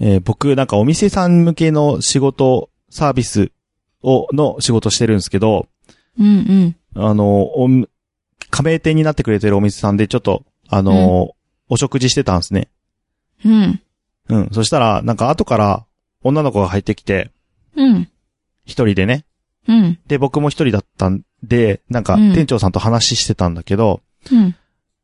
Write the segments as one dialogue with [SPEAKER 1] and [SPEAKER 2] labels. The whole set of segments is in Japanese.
[SPEAKER 1] えー僕、なんかお店さん向けの仕事、サービスを、の仕事してるんですけど、
[SPEAKER 2] うんうん。
[SPEAKER 1] あの、おん加盟店になってくれてるお店さんで、ちょっと、あの、お食事してたんですね。
[SPEAKER 2] うん。
[SPEAKER 1] うん。そしたら、なんか後から女の子が入ってきて、
[SPEAKER 2] うん。
[SPEAKER 1] 一人でね。
[SPEAKER 2] うん。
[SPEAKER 1] で、僕も一人だったんで、なんか
[SPEAKER 2] うん
[SPEAKER 1] 店長さんと話してたんだけど、
[SPEAKER 2] うん。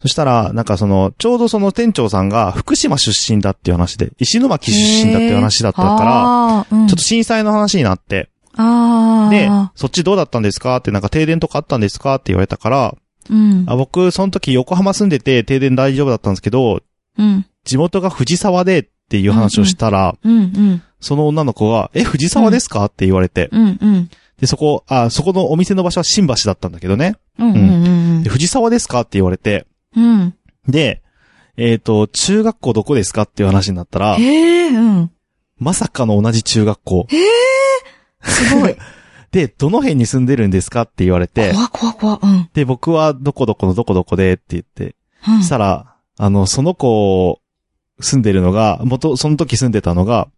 [SPEAKER 1] そしたら、なんかその、ちょうどその店長さんが福島出身だっていう話で、石巻出身だっていう話だったから、
[SPEAKER 2] ら、うん、
[SPEAKER 1] ちょっと震災の話になって、
[SPEAKER 2] ああ。
[SPEAKER 1] で、そっちどうだったんですかってなんか停電とかあったんですかって言われたから、
[SPEAKER 2] うん。
[SPEAKER 1] あ僕、その時横浜住んでて停電大丈夫だったんですけど、
[SPEAKER 2] うん。
[SPEAKER 1] 地元が藤沢でっていう話をしたら、
[SPEAKER 2] うん。うん。
[SPEAKER 1] その女の子が、え、藤沢ですかって言われて、
[SPEAKER 2] うん。うん。
[SPEAKER 1] で、そこ、あ、そこのお店の場所は新橋だったんだけどね、
[SPEAKER 2] うん。うん
[SPEAKER 1] で。藤沢ですかって言われて、
[SPEAKER 2] うん。
[SPEAKER 1] で、えっ、と、中学校どこですかっていう話になったら、
[SPEAKER 2] へえ、うん。
[SPEAKER 1] まさかの同じ中学校。
[SPEAKER 2] すごい。
[SPEAKER 1] で、どの辺に住んでるんですかって言われて、
[SPEAKER 2] 怖怖怖。うん。
[SPEAKER 1] で、僕はどこどこのどこどこでって言って、
[SPEAKER 2] うん。
[SPEAKER 1] したら、あの、その子、住んでるのが、元、その時住んでたのが、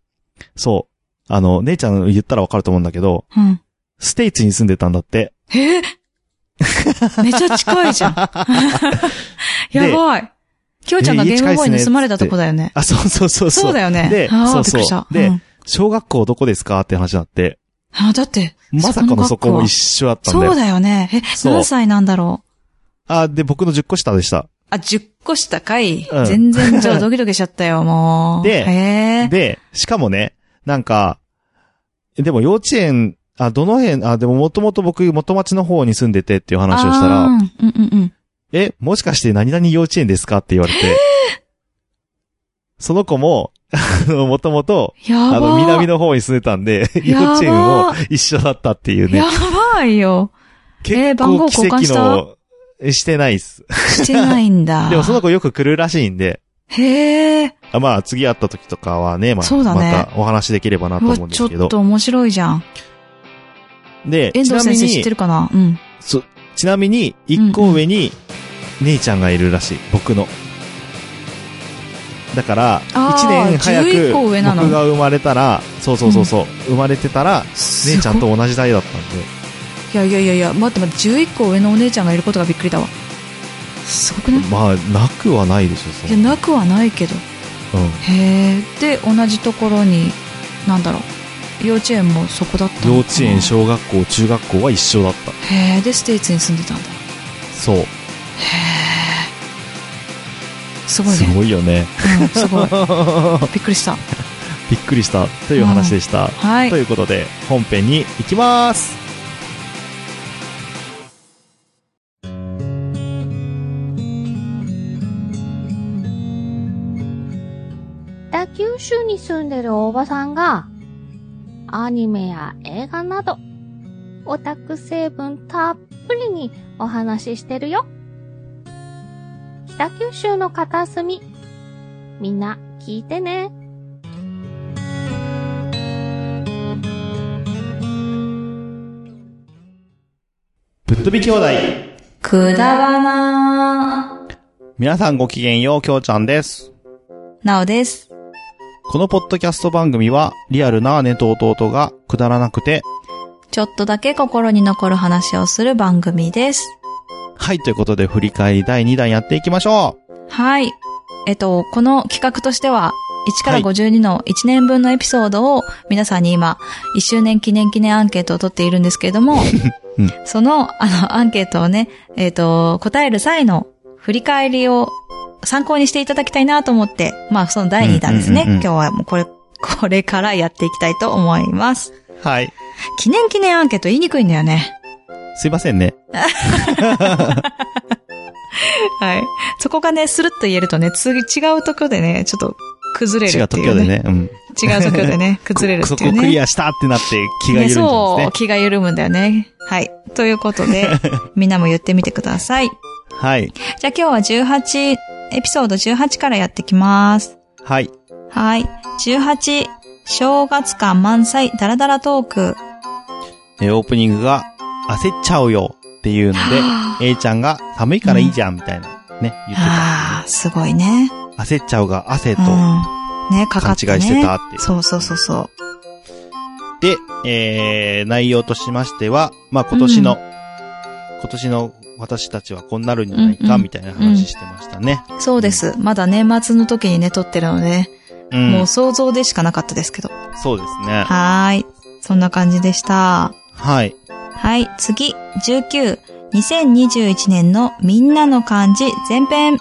[SPEAKER 1] そう、あの、姉ちゃん言ったらわかると思うんだけど、
[SPEAKER 2] うん。
[SPEAKER 1] ステイツに住んでたんだって。
[SPEAKER 2] えめちゃ近いじゃん。やばい。きょうちゃんがゲームボーイ盗まれたとこだよね。
[SPEAKER 1] あ、そうそうそうそう。
[SPEAKER 2] そうだよね。
[SPEAKER 1] で
[SPEAKER 2] あー
[SPEAKER 1] そう
[SPEAKER 2] びっく
[SPEAKER 1] そう
[SPEAKER 2] りした。
[SPEAKER 1] で
[SPEAKER 2] うん
[SPEAKER 1] 小学校どこですかって話になって、
[SPEAKER 2] あー、だって、
[SPEAKER 1] まさかのそこも一緒だったんだよ。
[SPEAKER 2] そうだよね。え、
[SPEAKER 1] そう
[SPEAKER 2] 何歳なんだろう。
[SPEAKER 1] あ、で、僕の10個下でした。
[SPEAKER 2] あ、10個下かい。
[SPEAKER 1] うん
[SPEAKER 2] 全然、じゃあドキドキしちゃったよ、もう。
[SPEAKER 1] で
[SPEAKER 2] へー
[SPEAKER 1] で、しかもね、なんか、でも幼稚園、あ、どの辺、あ、でももともと僕、元町の方に住んでてっていう話をした
[SPEAKER 2] あー
[SPEAKER 1] ら、
[SPEAKER 2] うんうんうん。
[SPEAKER 1] え、もしかして何々幼稚園ですかって言 われて、その子も、あの、もともと、
[SPEAKER 2] やば
[SPEAKER 1] あの、南
[SPEAKER 2] の
[SPEAKER 1] の方に住んでたんで、幼
[SPEAKER 2] やば
[SPEAKER 1] 稚園も一緒だったっていうね
[SPEAKER 2] や。ばいよ。えー
[SPEAKER 1] 結
[SPEAKER 2] 番号
[SPEAKER 1] 構奇
[SPEAKER 2] 交
[SPEAKER 1] 跡
[SPEAKER 2] 換した
[SPEAKER 1] の、えしてないっす。
[SPEAKER 2] してないんだ。
[SPEAKER 1] でもその子よく来るらしいんで、
[SPEAKER 2] へえ。
[SPEAKER 1] あまあ次会った時とかはね、まあ、
[SPEAKER 2] そうだね
[SPEAKER 1] またお話しできればな
[SPEAKER 2] う
[SPEAKER 1] と
[SPEAKER 2] わ
[SPEAKER 1] 思うんで
[SPEAKER 2] ちょ
[SPEAKER 1] すけど
[SPEAKER 2] っ。と面白いじゃん。
[SPEAKER 1] で、
[SPEAKER 2] 遠
[SPEAKER 1] ち
[SPEAKER 2] 藤
[SPEAKER 1] なみ
[SPEAKER 2] 先生知って
[SPEAKER 1] に、
[SPEAKER 2] るかなうん。
[SPEAKER 1] そちなみに、一個上に、姉ちゃんがいるらしい、僕の。だから、
[SPEAKER 2] あ
[SPEAKER 1] 一
[SPEAKER 2] ー
[SPEAKER 1] 年早
[SPEAKER 2] 11個上な
[SPEAKER 1] く、
[SPEAKER 2] の
[SPEAKER 1] 僕が生まれたら、そうそうそうそう、生まれてたら、姉
[SPEAKER 2] 姉
[SPEAKER 1] ちゃん。と同じ代だったん
[SPEAKER 2] いやいやいやいや、待って待って、11個上のお姉ちゃんがいることがびっくりだわ。すごくない
[SPEAKER 1] で、まあ、なくはないでしょ、そ
[SPEAKER 2] いや、
[SPEAKER 1] う。
[SPEAKER 2] なくはないけど。へえ。で、同じところに、なんだろう。幼稚園もそこだったのか
[SPEAKER 1] うん。
[SPEAKER 2] な
[SPEAKER 1] 幼稚園、小学校、中学校は一緒だった。
[SPEAKER 2] へえ。で、ステイツに住んでたんだ。
[SPEAKER 1] そう。
[SPEAKER 2] へえ。すごい
[SPEAKER 1] す
[SPEAKER 2] ね。
[SPEAKER 1] ごいよね。
[SPEAKER 2] うん、すごい。びっくりした。
[SPEAKER 1] びっくりした、という話でした。
[SPEAKER 2] はい
[SPEAKER 1] と。いうことで、本編に行きます
[SPEAKER 3] 北九州に住んでるおばさんが、アニメや映画など、オタク成分たっぷりにお話ししてるよ。北九州の片隅、みんな聞いてね。
[SPEAKER 1] ぶっ飛び兄弟
[SPEAKER 2] くだばな
[SPEAKER 1] 皆さんごきげんよう、きょうちゃんです。
[SPEAKER 2] なおです。
[SPEAKER 1] このポッドキャスト番組は、リアルな姉と弟がくだらなくて、
[SPEAKER 2] ちょっとだけ心に残る話をする番組です。
[SPEAKER 1] はい、ということで振り返り第2弾やっていきましょう
[SPEAKER 2] はい。えっと、この企画としては、1から
[SPEAKER 1] はい
[SPEAKER 2] 52の1年分のエピソードを皆さんに今、1周年記念記念アンケートを取っているんですけれども、
[SPEAKER 1] うん
[SPEAKER 2] その、あの、アンケートをね、えっと、答える際の振り返りを参考にしていただきたいなと思って、まあ、その第2弾ですね。
[SPEAKER 1] うんうんうんうん
[SPEAKER 2] 今日はもうこれ、これからやっていきたいと思います。。
[SPEAKER 1] はい。
[SPEAKER 2] 記念記念アンケート言いにくいんだよね。
[SPEAKER 1] すいませんね。
[SPEAKER 2] はい。そこがね、スルッと言えるとね、次違うとこでね、ちょっと崩れ
[SPEAKER 1] 違
[SPEAKER 2] るっ
[SPEAKER 1] う
[SPEAKER 2] て
[SPEAKER 1] 特
[SPEAKER 2] い
[SPEAKER 1] 許
[SPEAKER 2] う、
[SPEAKER 1] で
[SPEAKER 2] ね。
[SPEAKER 1] ね。うん。
[SPEAKER 2] 違うとこで ね、崩れる
[SPEAKER 1] そこ
[SPEAKER 2] っていうね。
[SPEAKER 1] クリアしたってなって気が緩んじゃ
[SPEAKER 2] ね
[SPEAKER 1] うんです
[SPEAKER 2] そう、
[SPEAKER 1] ね。
[SPEAKER 2] 気が緩むんだよね。はい。というこ とで、みんなも言ってみてください。
[SPEAKER 1] はい。
[SPEAKER 2] じゃあ今日は18、エピソード18からやってきます。
[SPEAKER 1] はい。
[SPEAKER 2] はい。18、正月感満載ダラダラトーク。
[SPEAKER 1] えーオープニングが、焦っちゃうよっていうの
[SPEAKER 2] はあ
[SPEAKER 1] で、A ちゃんが寒いからいいじゃんみたいなね、言って
[SPEAKER 2] ああ、すごいね。
[SPEAKER 1] た。焦っちゃうが汗
[SPEAKER 2] う
[SPEAKER 1] と
[SPEAKER 2] ん。ね、か
[SPEAKER 1] 勘
[SPEAKER 2] かって、ね。
[SPEAKER 1] 違いしてたっていう。
[SPEAKER 2] そうそうそうそう。
[SPEAKER 1] で、えー、内容としましては、まあ今年の、
[SPEAKER 2] う
[SPEAKER 1] 今年の私たちはこうなるんじゃない
[SPEAKER 2] うん
[SPEAKER 1] か、
[SPEAKER 2] うん
[SPEAKER 1] みたいな話してましたね。
[SPEAKER 2] そうです。まだ年末の時にね、撮ってるので、
[SPEAKER 1] うん。
[SPEAKER 2] もう想像でしかなかったですけど。
[SPEAKER 1] そうですね。
[SPEAKER 2] はーい。そんな感じでした。
[SPEAKER 1] はい。
[SPEAKER 2] はい、次、19。2021年のみんなの漢字前編。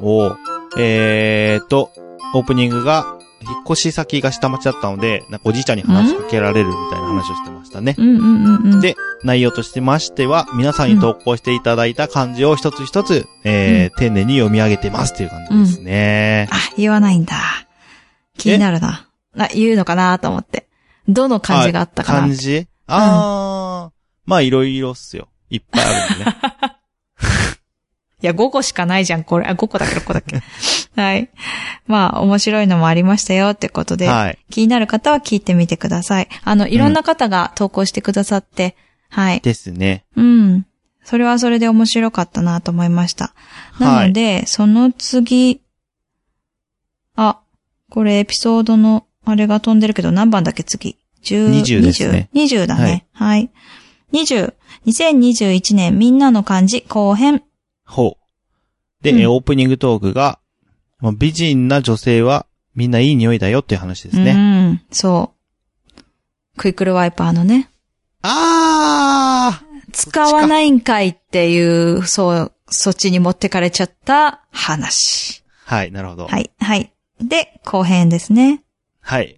[SPEAKER 1] おーえーと、オープニングが、引っ越し先が下町だったので、なんかおじいちゃんに話しかけられるみたいな話をしてましたね。
[SPEAKER 2] うんうんうんうん。
[SPEAKER 1] で内容としてましては、皆さんに投稿していただいた漢字を一つ一つ、えー、丁寧に読み上げてますっていう感じですね。
[SPEAKER 2] あ、言わないんだ。気になるな。あ、言うのかなと思って。どの漢字があったかな。
[SPEAKER 1] 漢字あー、まあいろいろっすよ。いっぱいあるんでね。
[SPEAKER 2] いや、5個しかないじゃん、これ。あ、5個だけど、6個 だけ。はい。まあ、面白いのもありましたよってこと で、
[SPEAKER 1] はい。
[SPEAKER 2] 気になる方は聞いてみてください。あの、いろんな方が投稿してくださって、はい。
[SPEAKER 1] ですね。
[SPEAKER 2] うん。それはそれで面白かったなと思いました。なので、その次、あ、これエピソードの、あれが飛んでるけど何番だっけ次。10
[SPEAKER 1] 20ですね。
[SPEAKER 2] 20, 20だね。はい。20、2021年みんなの漢字後編。
[SPEAKER 1] ほう。で、
[SPEAKER 2] うん
[SPEAKER 1] えーオープニングトークが、まあ、美人な女性はみんないい匂いだよっていう話ですね。
[SPEAKER 2] うん、そう。クイックルワイパーのね。
[SPEAKER 1] あ
[SPEAKER 2] 使わないんかいっていう、そう、そっちに持ってかれちゃった話。
[SPEAKER 1] ーはい、なるほど。は。
[SPEAKER 2] はいい、はい。で、後編ですね。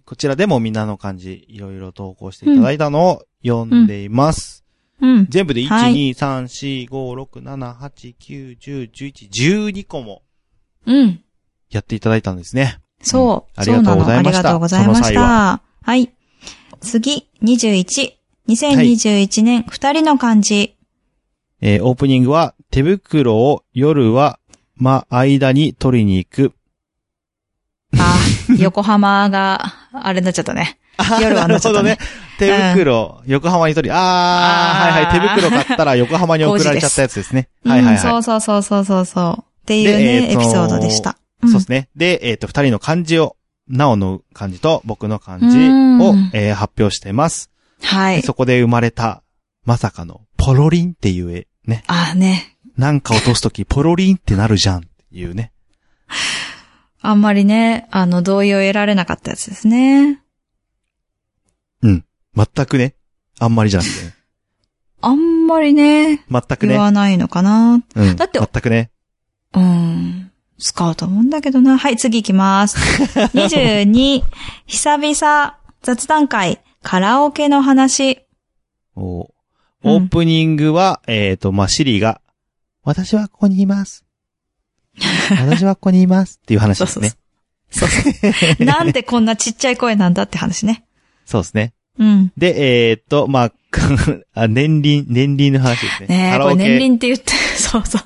[SPEAKER 1] こちらでもみんなの漢字、いろいろ投稿していただいたのを読んでいます。
[SPEAKER 2] うん。
[SPEAKER 1] 全部で1、
[SPEAKER 2] はい
[SPEAKER 1] 2、3、4、5、6、7、8、9、10、11、12個も
[SPEAKER 2] うん。
[SPEAKER 1] やっていただいたんですね。
[SPEAKER 2] そ
[SPEAKER 1] う
[SPEAKER 2] う。
[SPEAKER 1] んありがとうございました
[SPEAKER 2] そうなのありがとうござい
[SPEAKER 1] そ
[SPEAKER 2] まし
[SPEAKER 1] の際
[SPEAKER 2] た。はい。次、21。2021年、二人の漢字。
[SPEAKER 1] えーオープニングは、手袋を夜は、ま、間に取りに行く。
[SPEAKER 2] あ、横浜が、あれになっちゃったね。 夜
[SPEAKER 1] な
[SPEAKER 2] はな
[SPEAKER 1] る
[SPEAKER 2] っちゃ
[SPEAKER 1] ほ
[SPEAKER 2] っ
[SPEAKER 1] ど
[SPEAKER 2] た
[SPEAKER 1] ね
[SPEAKER 2] ね。
[SPEAKER 1] 手袋、横浜に取り、あー、
[SPEAKER 2] あー
[SPEAKER 1] はいはい、手袋買ったら横浜に送られちゃったやつですね。はいは
[SPEAKER 2] う
[SPEAKER 1] い
[SPEAKER 2] んそ
[SPEAKER 1] は
[SPEAKER 2] うそうそうそうそうそう。っていう
[SPEAKER 1] でえ
[SPEAKER 2] ね、
[SPEAKER 1] ー
[SPEAKER 2] エ
[SPEAKER 1] と
[SPEAKER 2] ピソードでした。
[SPEAKER 1] い。
[SPEAKER 2] ん
[SPEAKER 1] そうですね。で、えっ、と、二人の漢字を、なおの漢字と僕の漢字を
[SPEAKER 2] うん、
[SPEAKER 1] えー発表してます。
[SPEAKER 2] はい。
[SPEAKER 1] そこで生まれた、まさかの、ポロリンっていう絵、ね。
[SPEAKER 2] あね。
[SPEAKER 1] なんか落とすとき、ポロリンってなるじゃんっていうね。
[SPEAKER 2] あんまりね、あの、同意を得られなかったやつですね。
[SPEAKER 1] 全くね。あんまりじゃなくてね、
[SPEAKER 2] あんまりね、
[SPEAKER 1] 全く
[SPEAKER 2] 言
[SPEAKER 1] ね。
[SPEAKER 2] わないのかな。
[SPEAKER 1] うん。
[SPEAKER 2] だって
[SPEAKER 1] 全くね。
[SPEAKER 2] うん。使うと思うんだけどな。はい、次行 きます。22、久々、雑談会、カラオケの 話。
[SPEAKER 1] お
[SPEAKER 2] うん
[SPEAKER 1] オープニングは、えっ、と、まあ、シリが、私はここにい ます。私はここにいますっていう話ですね。
[SPEAKER 2] そうそ う。なんでこんなちっちゃい声なんだって話ね。
[SPEAKER 1] そうですね。
[SPEAKER 2] うん。
[SPEAKER 1] で、えっ、と、まあ、 あ、年輪、年輪の話ですね。
[SPEAKER 2] ね
[SPEAKER 1] カ
[SPEAKER 2] え、
[SPEAKER 1] ラ
[SPEAKER 2] こ
[SPEAKER 1] オ
[SPEAKER 2] れ
[SPEAKER 1] ケ
[SPEAKER 2] 年輪って言 って、そうそ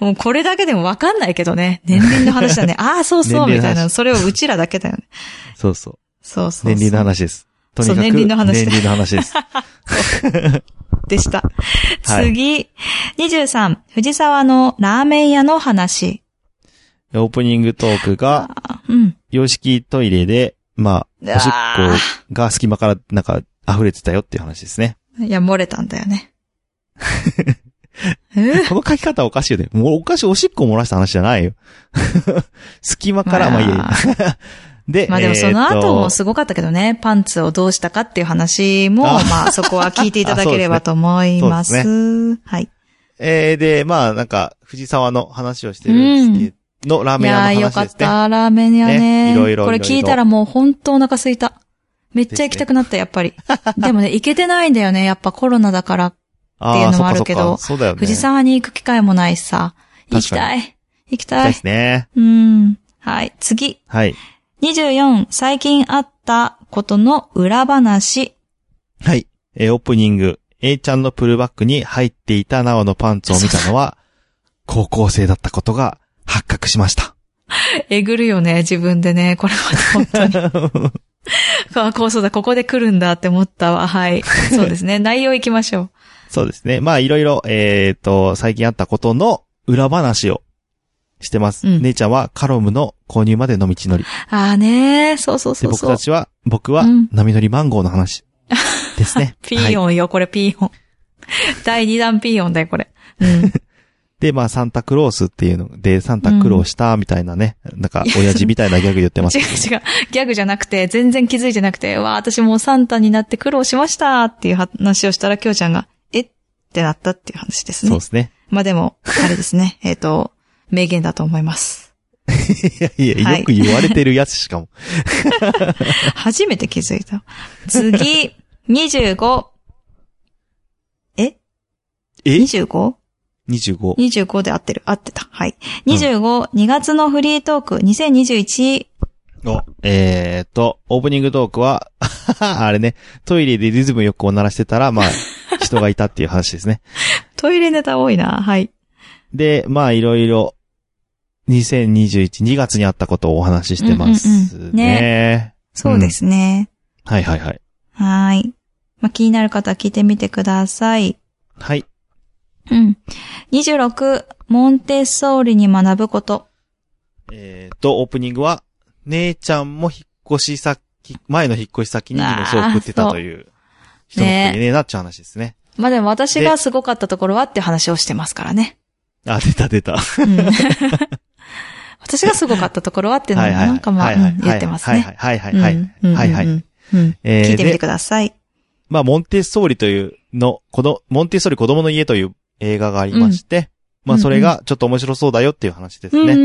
[SPEAKER 2] う。もうこれだけでもわかんないけどね。年輪の 話だね。ああ、そうそう、
[SPEAKER 1] 年輪の話
[SPEAKER 2] みたいな。それをうちらだけだよね。
[SPEAKER 1] そうそう。
[SPEAKER 2] そうそうそう。
[SPEAKER 1] 年輪の話です。とにかく、
[SPEAKER 2] そう年輪の話
[SPEAKER 1] 年輪の話 です。
[SPEAKER 2] でした。
[SPEAKER 1] はい
[SPEAKER 2] 次、23、藤沢のラーメン屋の話。
[SPEAKER 1] オープニングトークが、
[SPEAKER 2] あうん。
[SPEAKER 1] 洋式トイレで、まあ、おしっ
[SPEAKER 2] あ
[SPEAKER 1] こが隙間からなんか溢れてたよっていう話ですね。
[SPEAKER 2] いや、漏れたんだよね。 え
[SPEAKER 1] この書き方おかしいよね。もうおかしい、おしっこ漏らした話じゃないよ。 隙間から、まあいい
[SPEAKER 2] ま
[SPEAKER 1] や。 で、
[SPEAKER 2] まあでもその
[SPEAKER 1] えーっ
[SPEAKER 2] 後
[SPEAKER 1] と
[SPEAKER 2] もすごかったけどね、パンツをどうしたかっていう話も、
[SPEAKER 1] あ
[SPEAKER 2] まあそこは聞いていただければと思いま
[SPEAKER 1] あ
[SPEAKER 2] す。はい。
[SPEAKER 1] えーで、まあなんか、藤沢の話をしてるんですけど、のラー
[SPEAKER 2] い
[SPEAKER 1] メン
[SPEAKER 2] やー
[SPEAKER 1] 屋の
[SPEAKER 2] よ
[SPEAKER 1] 話
[SPEAKER 2] かっ
[SPEAKER 1] ですね。
[SPEAKER 2] た、ラーメン屋
[SPEAKER 1] ね
[SPEAKER 2] ね。
[SPEAKER 1] いろいろ
[SPEAKER 2] これ
[SPEAKER 1] いろいろ
[SPEAKER 2] 聞いたらもう本当お腹空いた。めっちゃ行きたくなった、やっぱり。でもね、行けてないんだよね。やっぱコロナだから、っていうのもあるけ
[SPEAKER 1] あ
[SPEAKER 2] ど
[SPEAKER 1] ーそっかそっかそうだよね。
[SPEAKER 2] 藤沢に行く機会もないしさ。行きたい。行き
[SPEAKER 1] 行き
[SPEAKER 2] た
[SPEAKER 1] たい
[SPEAKER 2] い
[SPEAKER 1] で。すね。
[SPEAKER 2] うん。はい、次。
[SPEAKER 1] はい。
[SPEAKER 2] 24、最近あったことの裏話。
[SPEAKER 1] はい。えーオープニング。A ちゃんのプルバックに入っていたなおのパンツを見たのは、高校生だったことが発覚しました。
[SPEAKER 2] えぐるよね、自分でね。これは本当に。 あ、こうそうだ、ここで来るんだって思ったわ。はい。そうですね。内容行きましょう。
[SPEAKER 1] そうですね。まあいろいろ、えっ、と、最近あったことの裏話をしてます。
[SPEAKER 2] うん
[SPEAKER 1] 姉ちゃんはカロムの購入までの道のり。
[SPEAKER 2] ああねそうそう
[SPEAKER 1] で、
[SPEAKER 2] そう
[SPEAKER 1] 僕
[SPEAKER 2] そう
[SPEAKER 1] た。ちは、僕は
[SPEAKER 2] うん、。
[SPEAKER 1] 波乗りマンゴーの話。ですね
[SPEAKER 2] ピー
[SPEAKER 1] はい。
[SPEAKER 2] ヨンよ、これピーヨン。第2弾ピーヨンだよ、これ。うん。
[SPEAKER 1] で、まあ、サンタクロースっていうので、サンタクローした、みたいなね。なんか、親父みたいなギャグ言ってます
[SPEAKER 2] 違う。違う。ギャグじゃなくて、全然気づいてなくて、わあ、私もうサンタになって苦労しましたっていう話をしたら、きょうちゃんが、えってなったっていう話です
[SPEAKER 1] そう
[SPEAKER 2] ね
[SPEAKER 1] で。すね。
[SPEAKER 2] まあでも、あれですね。えっと、名言だと思います。
[SPEAKER 1] いやい
[SPEAKER 2] は
[SPEAKER 1] や、
[SPEAKER 2] い
[SPEAKER 1] よく言われてるやつしかも。
[SPEAKER 2] 初めて気づいた。次、25。え
[SPEAKER 1] え
[SPEAKER 2] ?25?
[SPEAKER 1] ?25。
[SPEAKER 2] 25で合ってる。合ってた。はい。25、2月のフリートーク2021。
[SPEAKER 1] お、えーっと、オープニングトークは、 あれね、トイレでリズムよくお鳴らしてたら、まあ、人がいたっていう話ですね。
[SPEAKER 2] トイレネタ多いな。はい。
[SPEAKER 1] で、まあ、いろいろ、2021、2月にあったことをお話ししてますね。
[SPEAKER 2] うんうんうんねそうですね。
[SPEAKER 1] はいはいはい。
[SPEAKER 2] はーい。まあ、気になる方は聞いてみてください。
[SPEAKER 1] はい。
[SPEAKER 2] うん。26、モンテッソーリに学ぶこと。
[SPEAKER 1] えーっと、オープニングは、姉ちゃんも引っ越し先、前の引っ越し先に荷物を送ってたという、人のこと言えねえなっちゅう話ですね。
[SPEAKER 2] まあ、でも私がすごかったところはって話をしてますからね。
[SPEAKER 1] あ、出た出た。
[SPEAKER 2] うん私がすごかったところはっていうのもなんかまあ、
[SPEAKER 1] は
[SPEAKER 2] う
[SPEAKER 1] いはい
[SPEAKER 2] ん言ってますね。
[SPEAKER 1] はいはいはいはいはい。はいは
[SPEAKER 2] うん
[SPEAKER 1] い。
[SPEAKER 2] うんうん
[SPEAKER 1] えー
[SPEAKER 2] 聞いてみ
[SPEAKER 1] で
[SPEAKER 2] てください。
[SPEAKER 1] まあ、モンテッソーリというの、この、モンテッソーリ子供の家という映画がありまして、
[SPEAKER 2] ん
[SPEAKER 1] まあ、
[SPEAKER 2] うん
[SPEAKER 1] それがちょっと面白そうだよっていう話です
[SPEAKER 2] うんう
[SPEAKER 1] ね。
[SPEAKER 2] ん
[SPEAKER 1] う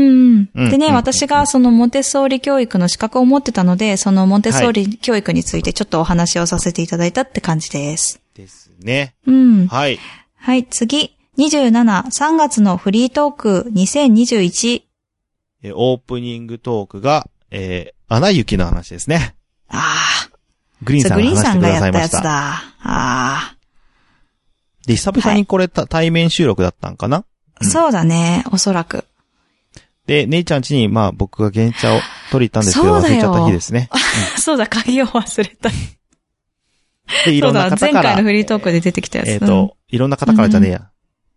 [SPEAKER 2] うんん。で
[SPEAKER 1] う
[SPEAKER 2] ね、
[SPEAKER 1] ん
[SPEAKER 2] 私がそのモンテッソーリ教育の資格を持ってたので、そのモンテッソーリ教育についてちょっとお話をさせていただいたって感じです。
[SPEAKER 1] ですね。
[SPEAKER 2] うん。
[SPEAKER 1] はい。
[SPEAKER 2] はい、次。27、3月のフリートーク2021。
[SPEAKER 1] えオープニングトークが、えー、アナ雪の話ですね。
[SPEAKER 2] ああ、
[SPEAKER 1] グリーン
[SPEAKER 2] そう
[SPEAKER 1] さ
[SPEAKER 2] グ
[SPEAKER 1] ん
[SPEAKER 2] リ
[SPEAKER 1] が
[SPEAKER 2] ー
[SPEAKER 1] 話し
[SPEAKER 2] ンさ
[SPEAKER 1] て
[SPEAKER 2] ん
[SPEAKER 1] くだ
[SPEAKER 2] がや
[SPEAKER 1] さ
[SPEAKER 2] っ
[SPEAKER 1] い
[SPEAKER 2] た
[SPEAKER 1] ま
[SPEAKER 2] や
[SPEAKER 1] し
[SPEAKER 2] つだ。
[SPEAKER 1] た。
[SPEAKER 2] ああ、
[SPEAKER 1] で、久々にこれ、た対面収録だったんかなうん
[SPEAKER 2] そうだね、おそらく。
[SPEAKER 1] で、姉ちゃん家に、まあ、僕が原茶を取りに行ったんですけど、
[SPEAKER 2] そう
[SPEAKER 1] 忘
[SPEAKER 2] だ
[SPEAKER 1] れ
[SPEAKER 2] よ
[SPEAKER 1] ちゃった日ですね。
[SPEAKER 2] そうだ、鍵を忘れた。
[SPEAKER 1] で、い
[SPEAKER 2] そ
[SPEAKER 1] ろ
[SPEAKER 2] うん
[SPEAKER 1] な
[SPEAKER 2] だ、
[SPEAKER 1] 方
[SPEAKER 2] 前
[SPEAKER 1] か
[SPEAKER 2] 回
[SPEAKER 1] ら
[SPEAKER 2] の、フリートークで出てきたやつ。
[SPEAKER 1] えっ、と、いろんな方からじゃねえや。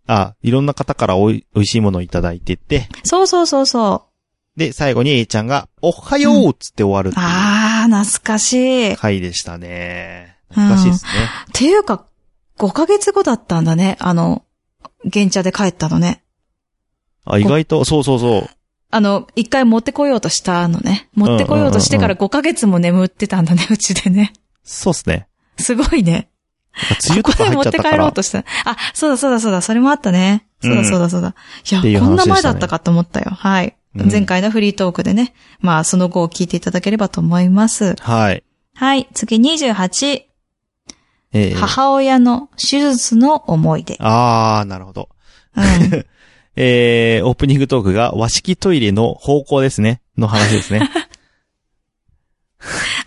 [SPEAKER 1] あ、いろんな方からおい、美味しいものをいただいてて、
[SPEAKER 2] うんそうそうそうそ
[SPEAKER 1] で、最後に A ちゃんが、おはようっつって終わるっ
[SPEAKER 2] う。
[SPEAKER 1] てい
[SPEAKER 2] ああ、懐かしい。
[SPEAKER 1] う
[SPEAKER 2] っ
[SPEAKER 1] 回でしたね。懐かしいですね。
[SPEAKER 2] ていうか、5ヶ月後だったんだね、あの、現茶で帰ったのね。
[SPEAKER 1] あ、意外と、そうそうそう。
[SPEAKER 2] あの、一回持ってこようとしたのね。持ってこようとしてから5ヶ月も眠ってたんだね、うちでね。
[SPEAKER 1] そうっすね。
[SPEAKER 2] すごいね。
[SPEAKER 1] なんか梅雨とか入っちゃった
[SPEAKER 2] ここへ持って
[SPEAKER 1] か
[SPEAKER 2] 帰ろう
[SPEAKER 1] ら。
[SPEAKER 2] とした。あ、そうだそうだそうだ、それもあったね。そうだそうだそうだ。
[SPEAKER 1] ってい
[SPEAKER 2] い
[SPEAKER 1] う
[SPEAKER 2] や、こんな前
[SPEAKER 1] 話でした
[SPEAKER 2] だ
[SPEAKER 1] ね
[SPEAKER 2] ったかと思ったよ。はい。
[SPEAKER 1] うん
[SPEAKER 2] 前回のフリートークでね。まあ、その後を聞いていただければと思います。
[SPEAKER 1] はい。
[SPEAKER 2] はい。次28、
[SPEAKER 1] ええ
[SPEAKER 2] 母親の手術の思い出。
[SPEAKER 1] あー、なるほど。
[SPEAKER 2] うん。
[SPEAKER 1] えー、オープニングトークが和式トイレの方向ですね。の話です ね。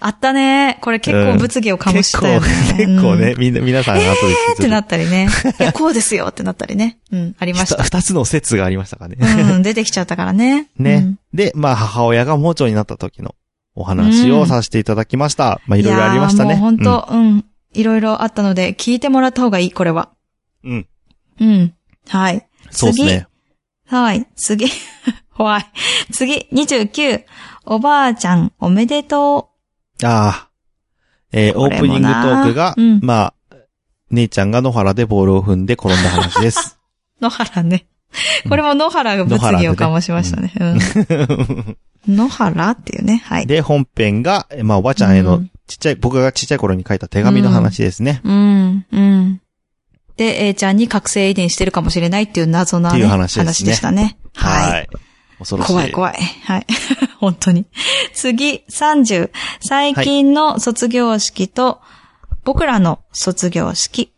[SPEAKER 2] あったね。これ結構物議を醸し
[SPEAKER 1] 結
[SPEAKER 2] たよ
[SPEAKER 1] 構、
[SPEAKER 2] ね。
[SPEAKER 1] 結構
[SPEAKER 2] うん
[SPEAKER 1] ね、みんな、皆さん後で
[SPEAKER 2] え
[SPEAKER 1] 聞
[SPEAKER 2] ー
[SPEAKER 1] い
[SPEAKER 2] ってな
[SPEAKER 1] て
[SPEAKER 2] った りね。いや、こうですよってなったりね。うん、ありました。
[SPEAKER 1] 二つの説がありましたかね。
[SPEAKER 2] うん、出てきちゃったからね。
[SPEAKER 1] ね、で、まあ、母親が盲腸になった時のお話をさせていただきました。まあ、
[SPEAKER 2] うん。
[SPEAKER 1] いろいろありましたね。
[SPEAKER 2] いやーもう本当、うん。いろいろあったので、聞いてもらった方がいい、これは。
[SPEAKER 1] うん。うん。
[SPEAKER 2] うん。はい。
[SPEAKER 1] そうですね。
[SPEAKER 2] はい。次。 怖い。次、29。おばあちゃん、おめでと
[SPEAKER 1] ああ。えーオ
[SPEAKER 2] こ
[SPEAKER 1] ー
[SPEAKER 2] れ
[SPEAKER 1] プニ
[SPEAKER 2] も
[SPEAKER 1] ングト
[SPEAKER 2] な
[SPEAKER 1] ークが、
[SPEAKER 2] うん
[SPEAKER 1] まあ、姉ちゃんが野原でボールを踏んで転んだ話 です。
[SPEAKER 2] う。野原ね
[SPEAKER 1] う。ん
[SPEAKER 2] これも野原が物議を醸しましたね。うん。野原っていうね。はい。
[SPEAKER 1] で、本編が、まあ、おばあちゃんへ
[SPEAKER 2] う
[SPEAKER 1] の
[SPEAKER 2] ん、
[SPEAKER 1] ちっちゃい、僕がちっちゃい頃に書いた手紙の話ですね。
[SPEAKER 2] うん、うん。で、A ちゃんに覚醒遺伝してるかもしれないっていう謎な、
[SPEAKER 1] って
[SPEAKER 2] ね、
[SPEAKER 1] いう話ですね
[SPEAKER 2] でしたね。
[SPEAKER 1] は
[SPEAKER 2] はい。
[SPEAKER 1] い。恐ろしい。
[SPEAKER 2] 怖い怖い。はい。 本当に。次、30。最近の卒業式と、僕らの卒業式。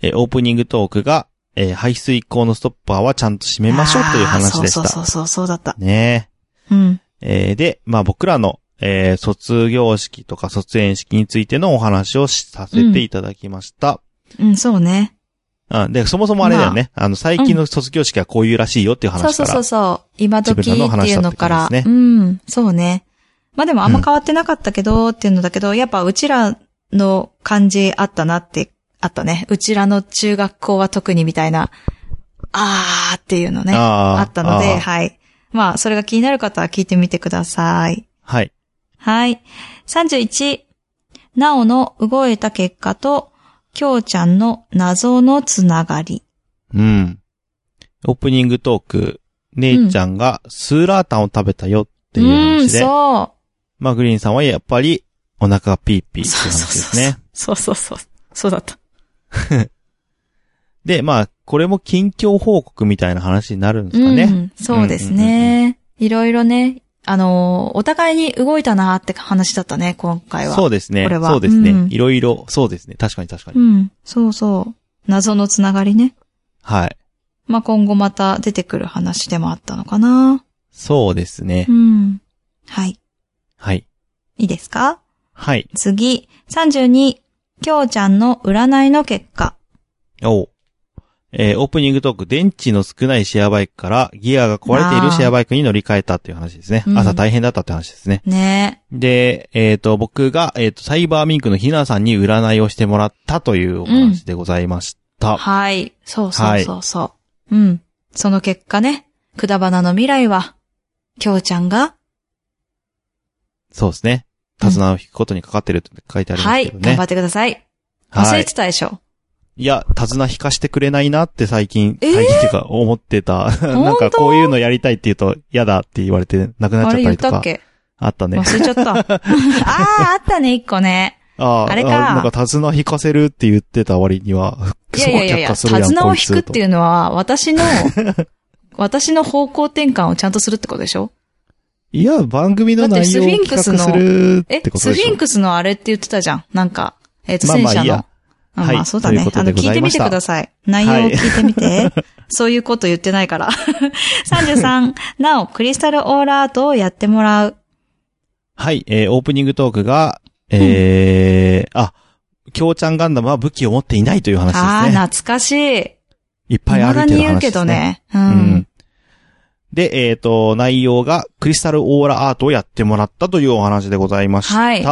[SPEAKER 1] えーオープニングトークが、えー排水口のストッパーはちゃんと閉めましょうという話でし
[SPEAKER 2] あーそ
[SPEAKER 1] た。
[SPEAKER 2] うそうそうそう、そうだった。
[SPEAKER 1] ね
[SPEAKER 2] うん。
[SPEAKER 1] えーで、まあ僕らの、えー卒業式とか卒園式についてのお話をしさせていただきました。
[SPEAKER 2] うん、そうね。
[SPEAKER 1] あで、そもそもあれだよね。あ、の、最近の卒業式はこういうらしいよっていう話
[SPEAKER 2] そ
[SPEAKER 1] から。
[SPEAKER 2] うそうそうそう。今時っ
[SPEAKER 1] 自
[SPEAKER 2] て
[SPEAKER 1] 分らの話
[SPEAKER 2] い
[SPEAKER 1] だ
[SPEAKER 2] う
[SPEAKER 1] ったっ
[SPEAKER 2] の
[SPEAKER 1] て
[SPEAKER 2] か
[SPEAKER 1] 感
[SPEAKER 2] ら。
[SPEAKER 1] じです
[SPEAKER 2] う
[SPEAKER 1] ね
[SPEAKER 2] ん、そうね。まあでもあんま変わってなかったけど、っていうのだけど、やっぱうちらの感じあったなって、あったね。うちらの中学校は特にみたいな、あーっていうのね、あ
[SPEAKER 1] あ
[SPEAKER 2] ったので、
[SPEAKER 1] あー
[SPEAKER 2] はい。まあ、それが気になる方は聞いてみてください。
[SPEAKER 1] はい。
[SPEAKER 2] はい。31、なおの動いた結果と、きょうちゃんの謎のつながり。
[SPEAKER 1] うん。オープニングトーク、姉ちゃんがスーラータンを食べたよっていう
[SPEAKER 2] うん、
[SPEAKER 1] 話で、
[SPEAKER 2] そ
[SPEAKER 1] まあグリーンさんはやっぱりお腹がピーピー
[SPEAKER 2] う。
[SPEAKER 1] って
[SPEAKER 2] そう
[SPEAKER 1] 話
[SPEAKER 2] そう
[SPEAKER 1] です
[SPEAKER 2] そう
[SPEAKER 1] ね。。
[SPEAKER 2] そうそうそう。そうだった。
[SPEAKER 1] で、まあこれも近況報告みたいな話になるんですか
[SPEAKER 2] う
[SPEAKER 1] ね。
[SPEAKER 2] ん、そうですね。いろいろね、あのー、お互いに動いたなーって話だったね、今回は。。
[SPEAKER 1] そううですね。
[SPEAKER 2] これは
[SPEAKER 1] そうですね。
[SPEAKER 2] うん
[SPEAKER 1] いろいろ、そうですね。確かに確かに。
[SPEAKER 2] ん、そうそう。謎のつながりね。
[SPEAKER 1] はい。
[SPEAKER 2] まあ、今後また出てくる話でもあったのかな。
[SPEAKER 1] そうですね
[SPEAKER 2] う。ん。はい。
[SPEAKER 1] はい。
[SPEAKER 2] いいですか
[SPEAKER 1] はい。
[SPEAKER 2] 次、32、きょうちゃんの占いの結果。
[SPEAKER 1] おうえーオープニングトーク、電池の少ないシェアバイクからギアが壊れているシェアバイクに乗り換えたっていう話ですね。
[SPEAKER 2] うん
[SPEAKER 1] 朝大変だったって話ですね。
[SPEAKER 2] ね
[SPEAKER 1] で、えっ、と、僕が、えっ、と、サイバーミンクのひなさんに占いをしてもらったというお話でございました。
[SPEAKER 2] はい。そうそうそうそう、うん。その結果ね、くだばなの未来は、きょうちゃんが、
[SPEAKER 1] そうですね。手綱を引くことにかかってるって書いてありま
[SPEAKER 2] は
[SPEAKER 1] すけど
[SPEAKER 2] い、頑
[SPEAKER 1] ね。
[SPEAKER 2] 張
[SPEAKER 1] は
[SPEAKER 2] ってください。
[SPEAKER 1] い。
[SPEAKER 2] 忘
[SPEAKER 1] い
[SPEAKER 2] れ、てたでしょ。
[SPEAKER 1] や、手綱引かしてくれないなって最近、
[SPEAKER 2] えー
[SPEAKER 1] 最近っていうか思ってた。 なんかこういうのやりたいって言うと嫌だって言われてなくなっ
[SPEAKER 2] あ
[SPEAKER 1] ちゃった
[SPEAKER 2] れ言っ
[SPEAKER 1] りと
[SPEAKER 2] たっ
[SPEAKER 1] か。
[SPEAKER 2] け
[SPEAKER 1] あったね。
[SPEAKER 2] 忘れち ゃった。ああ、あったね、一個ね。
[SPEAKER 1] ああ、
[SPEAKER 2] あれか
[SPEAKER 1] なんか手綱引かせるって言ってた割には、。
[SPEAKER 2] いやいやいやいや、手綱を引くっていううのは、私の、 私の方向転換をちゃんとするってことでしょ
[SPEAKER 1] いや、番組の内容を企画する
[SPEAKER 2] え
[SPEAKER 1] ってこ、と
[SPEAKER 2] ス
[SPEAKER 1] でしょ
[SPEAKER 2] フィンクスのあれって言ってたじゃん。なんか、えっ、と、
[SPEAKER 1] まあ
[SPEAKER 2] 戦
[SPEAKER 1] まあ
[SPEAKER 2] 車
[SPEAKER 1] いい
[SPEAKER 2] の
[SPEAKER 1] や。
[SPEAKER 2] あ
[SPEAKER 1] はい
[SPEAKER 2] まあ、そうだね。
[SPEAKER 1] というこ
[SPEAKER 2] あ
[SPEAKER 1] と
[SPEAKER 2] の、
[SPEAKER 1] でござい
[SPEAKER 2] 聞いて
[SPEAKER 1] ま
[SPEAKER 2] み
[SPEAKER 1] してた
[SPEAKER 2] ください。内容を聞いて みて。そういうこと言ってないから。33、なお、クリスタルオーラアートをやってもらう。
[SPEAKER 1] はい、えーオープニングトークが、えー、あ、京ちゃんガンダムは武器を持っていないという話
[SPEAKER 2] あ
[SPEAKER 1] です
[SPEAKER 2] あ、
[SPEAKER 1] ね。
[SPEAKER 2] 懐かしい。い
[SPEAKER 1] いっぱい歩いてる
[SPEAKER 2] に言う
[SPEAKER 1] 話
[SPEAKER 2] け
[SPEAKER 1] で
[SPEAKER 2] ど
[SPEAKER 1] すね。
[SPEAKER 2] ね。う
[SPEAKER 1] うんん。。で、えっ、と、内容が、クリスタルオーラアートをやってもらったというお話でございました。
[SPEAKER 2] はい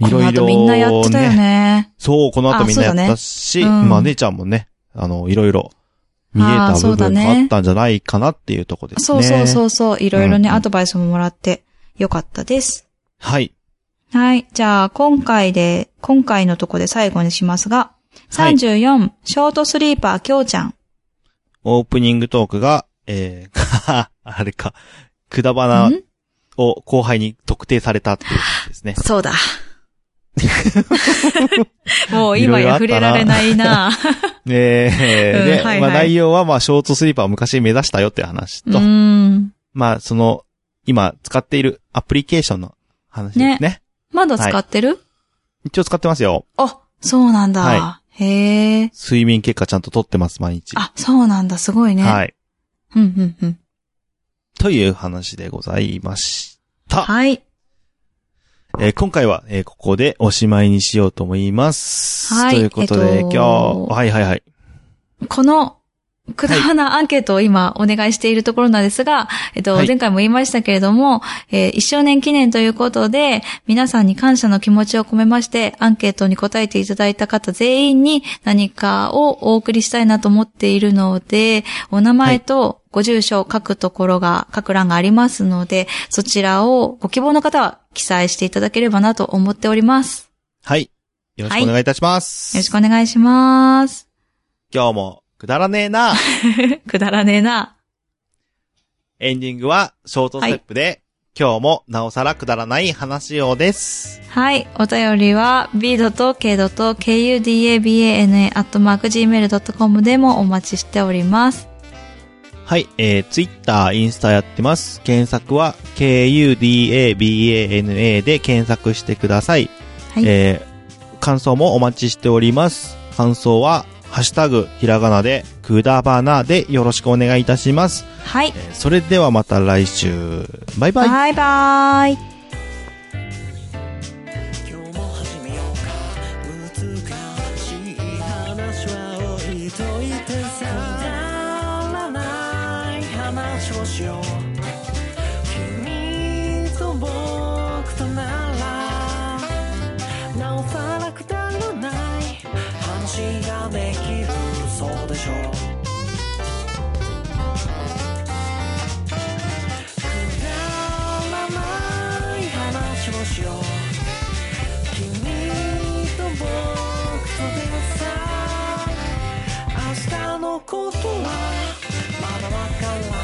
[SPEAKER 2] いこ
[SPEAKER 1] ろ
[SPEAKER 2] の
[SPEAKER 1] いろ、
[SPEAKER 2] 後みんなやってたよね。
[SPEAKER 1] そう、この後
[SPEAKER 2] あ
[SPEAKER 1] みんなや
[SPEAKER 2] そうだ
[SPEAKER 1] っ
[SPEAKER 2] ね
[SPEAKER 1] たし、
[SPEAKER 2] うん
[SPEAKER 1] まあ姉ちゃんもね、あの、いろいろ見え
[SPEAKER 2] あー
[SPEAKER 1] た
[SPEAKER 2] そ
[SPEAKER 1] 部
[SPEAKER 2] うだ
[SPEAKER 1] 分
[SPEAKER 2] ね
[SPEAKER 1] があったんじゃないかなっていうとこですね。
[SPEAKER 2] そうそうそうそう。いろいろね、
[SPEAKER 1] うん
[SPEAKER 2] アドバイスももらってよかったです。
[SPEAKER 1] はい。
[SPEAKER 2] はい。じゃあ、今回で、今回のとこで最後にしますが、
[SPEAKER 1] はい
[SPEAKER 2] 34、ショートスリーパー、きょうちゃん。
[SPEAKER 1] オープニングトークが、えー、 あれか、くだばなんを後輩に特定されたっていうこと ですね。
[SPEAKER 2] そうだ。もう今や触れられないな。
[SPEAKER 1] えー、
[SPEAKER 2] うん
[SPEAKER 1] で、
[SPEAKER 2] はいはい
[SPEAKER 1] まあ内容はまあショートスリーパーを昔目指したよっていう話
[SPEAKER 2] う
[SPEAKER 1] と、
[SPEAKER 2] ん。
[SPEAKER 1] まあその、今使っているアプリケーションの話ですね。
[SPEAKER 2] まだ使ってる、
[SPEAKER 1] 一応使ってますよ。
[SPEAKER 2] あ、そうなんだ。
[SPEAKER 1] は
[SPEAKER 2] へえ。
[SPEAKER 1] 睡眠結果ちゃんと取ってます、毎日。
[SPEAKER 2] あ、そうなんだ。すごいね。
[SPEAKER 1] はい。
[SPEAKER 2] うんうんうん。
[SPEAKER 1] という話でございました。
[SPEAKER 2] はい。
[SPEAKER 1] えー今回は、えーここでおしまいにしようと思います。
[SPEAKER 2] はい
[SPEAKER 1] ということで、
[SPEAKER 2] えっ
[SPEAKER 1] 今
[SPEAKER 2] と
[SPEAKER 1] 日、はいはいはい。
[SPEAKER 2] この、くだらなアンケートを今お願いしているところなんですが、えっと、
[SPEAKER 1] はい
[SPEAKER 2] 前回も言いましたけれども、えー一周年記念ということで、皆さんに感謝の気持ちを込めまして、アンケートに答えていただいた方全員に何かをお送りしたいなと思っているので、お名前とご住所を書くところが、書く欄がありますので、そちらをご希望の方は記載していただければなと思っております。
[SPEAKER 1] はい。よろしくお願いいたします。
[SPEAKER 2] よろしくお願いします。
[SPEAKER 1] 今日も、くだらねえな。
[SPEAKER 2] くだらねえな。
[SPEAKER 1] エンディングは、ショートステップで、今日も、なおさらくだらない話をです。
[SPEAKER 2] はい。お便りは b.k.kudabana.gmail.com でもお待ちしております。
[SPEAKER 1] はい。えー、ツイッター、インスタやってます。検索は、KUDABANA で検索してください。
[SPEAKER 2] はい
[SPEAKER 1] えー感想もお待ちしております。感想は、ハッシュタグ、ひらがなで、くだばなでよろしくお願いいたします。
[SPEAKER 2] はい。
[SPEAKER 1] えーそれではまた来週。バイバイ。
[SPEAKER 2] バイバイ。
[SPEAKER 4] 今日も始めようか難しい話は置いといてさくだらない話をしよう君と僕とならなおさらくだらない話ができるそうでしょうのことはまだわからない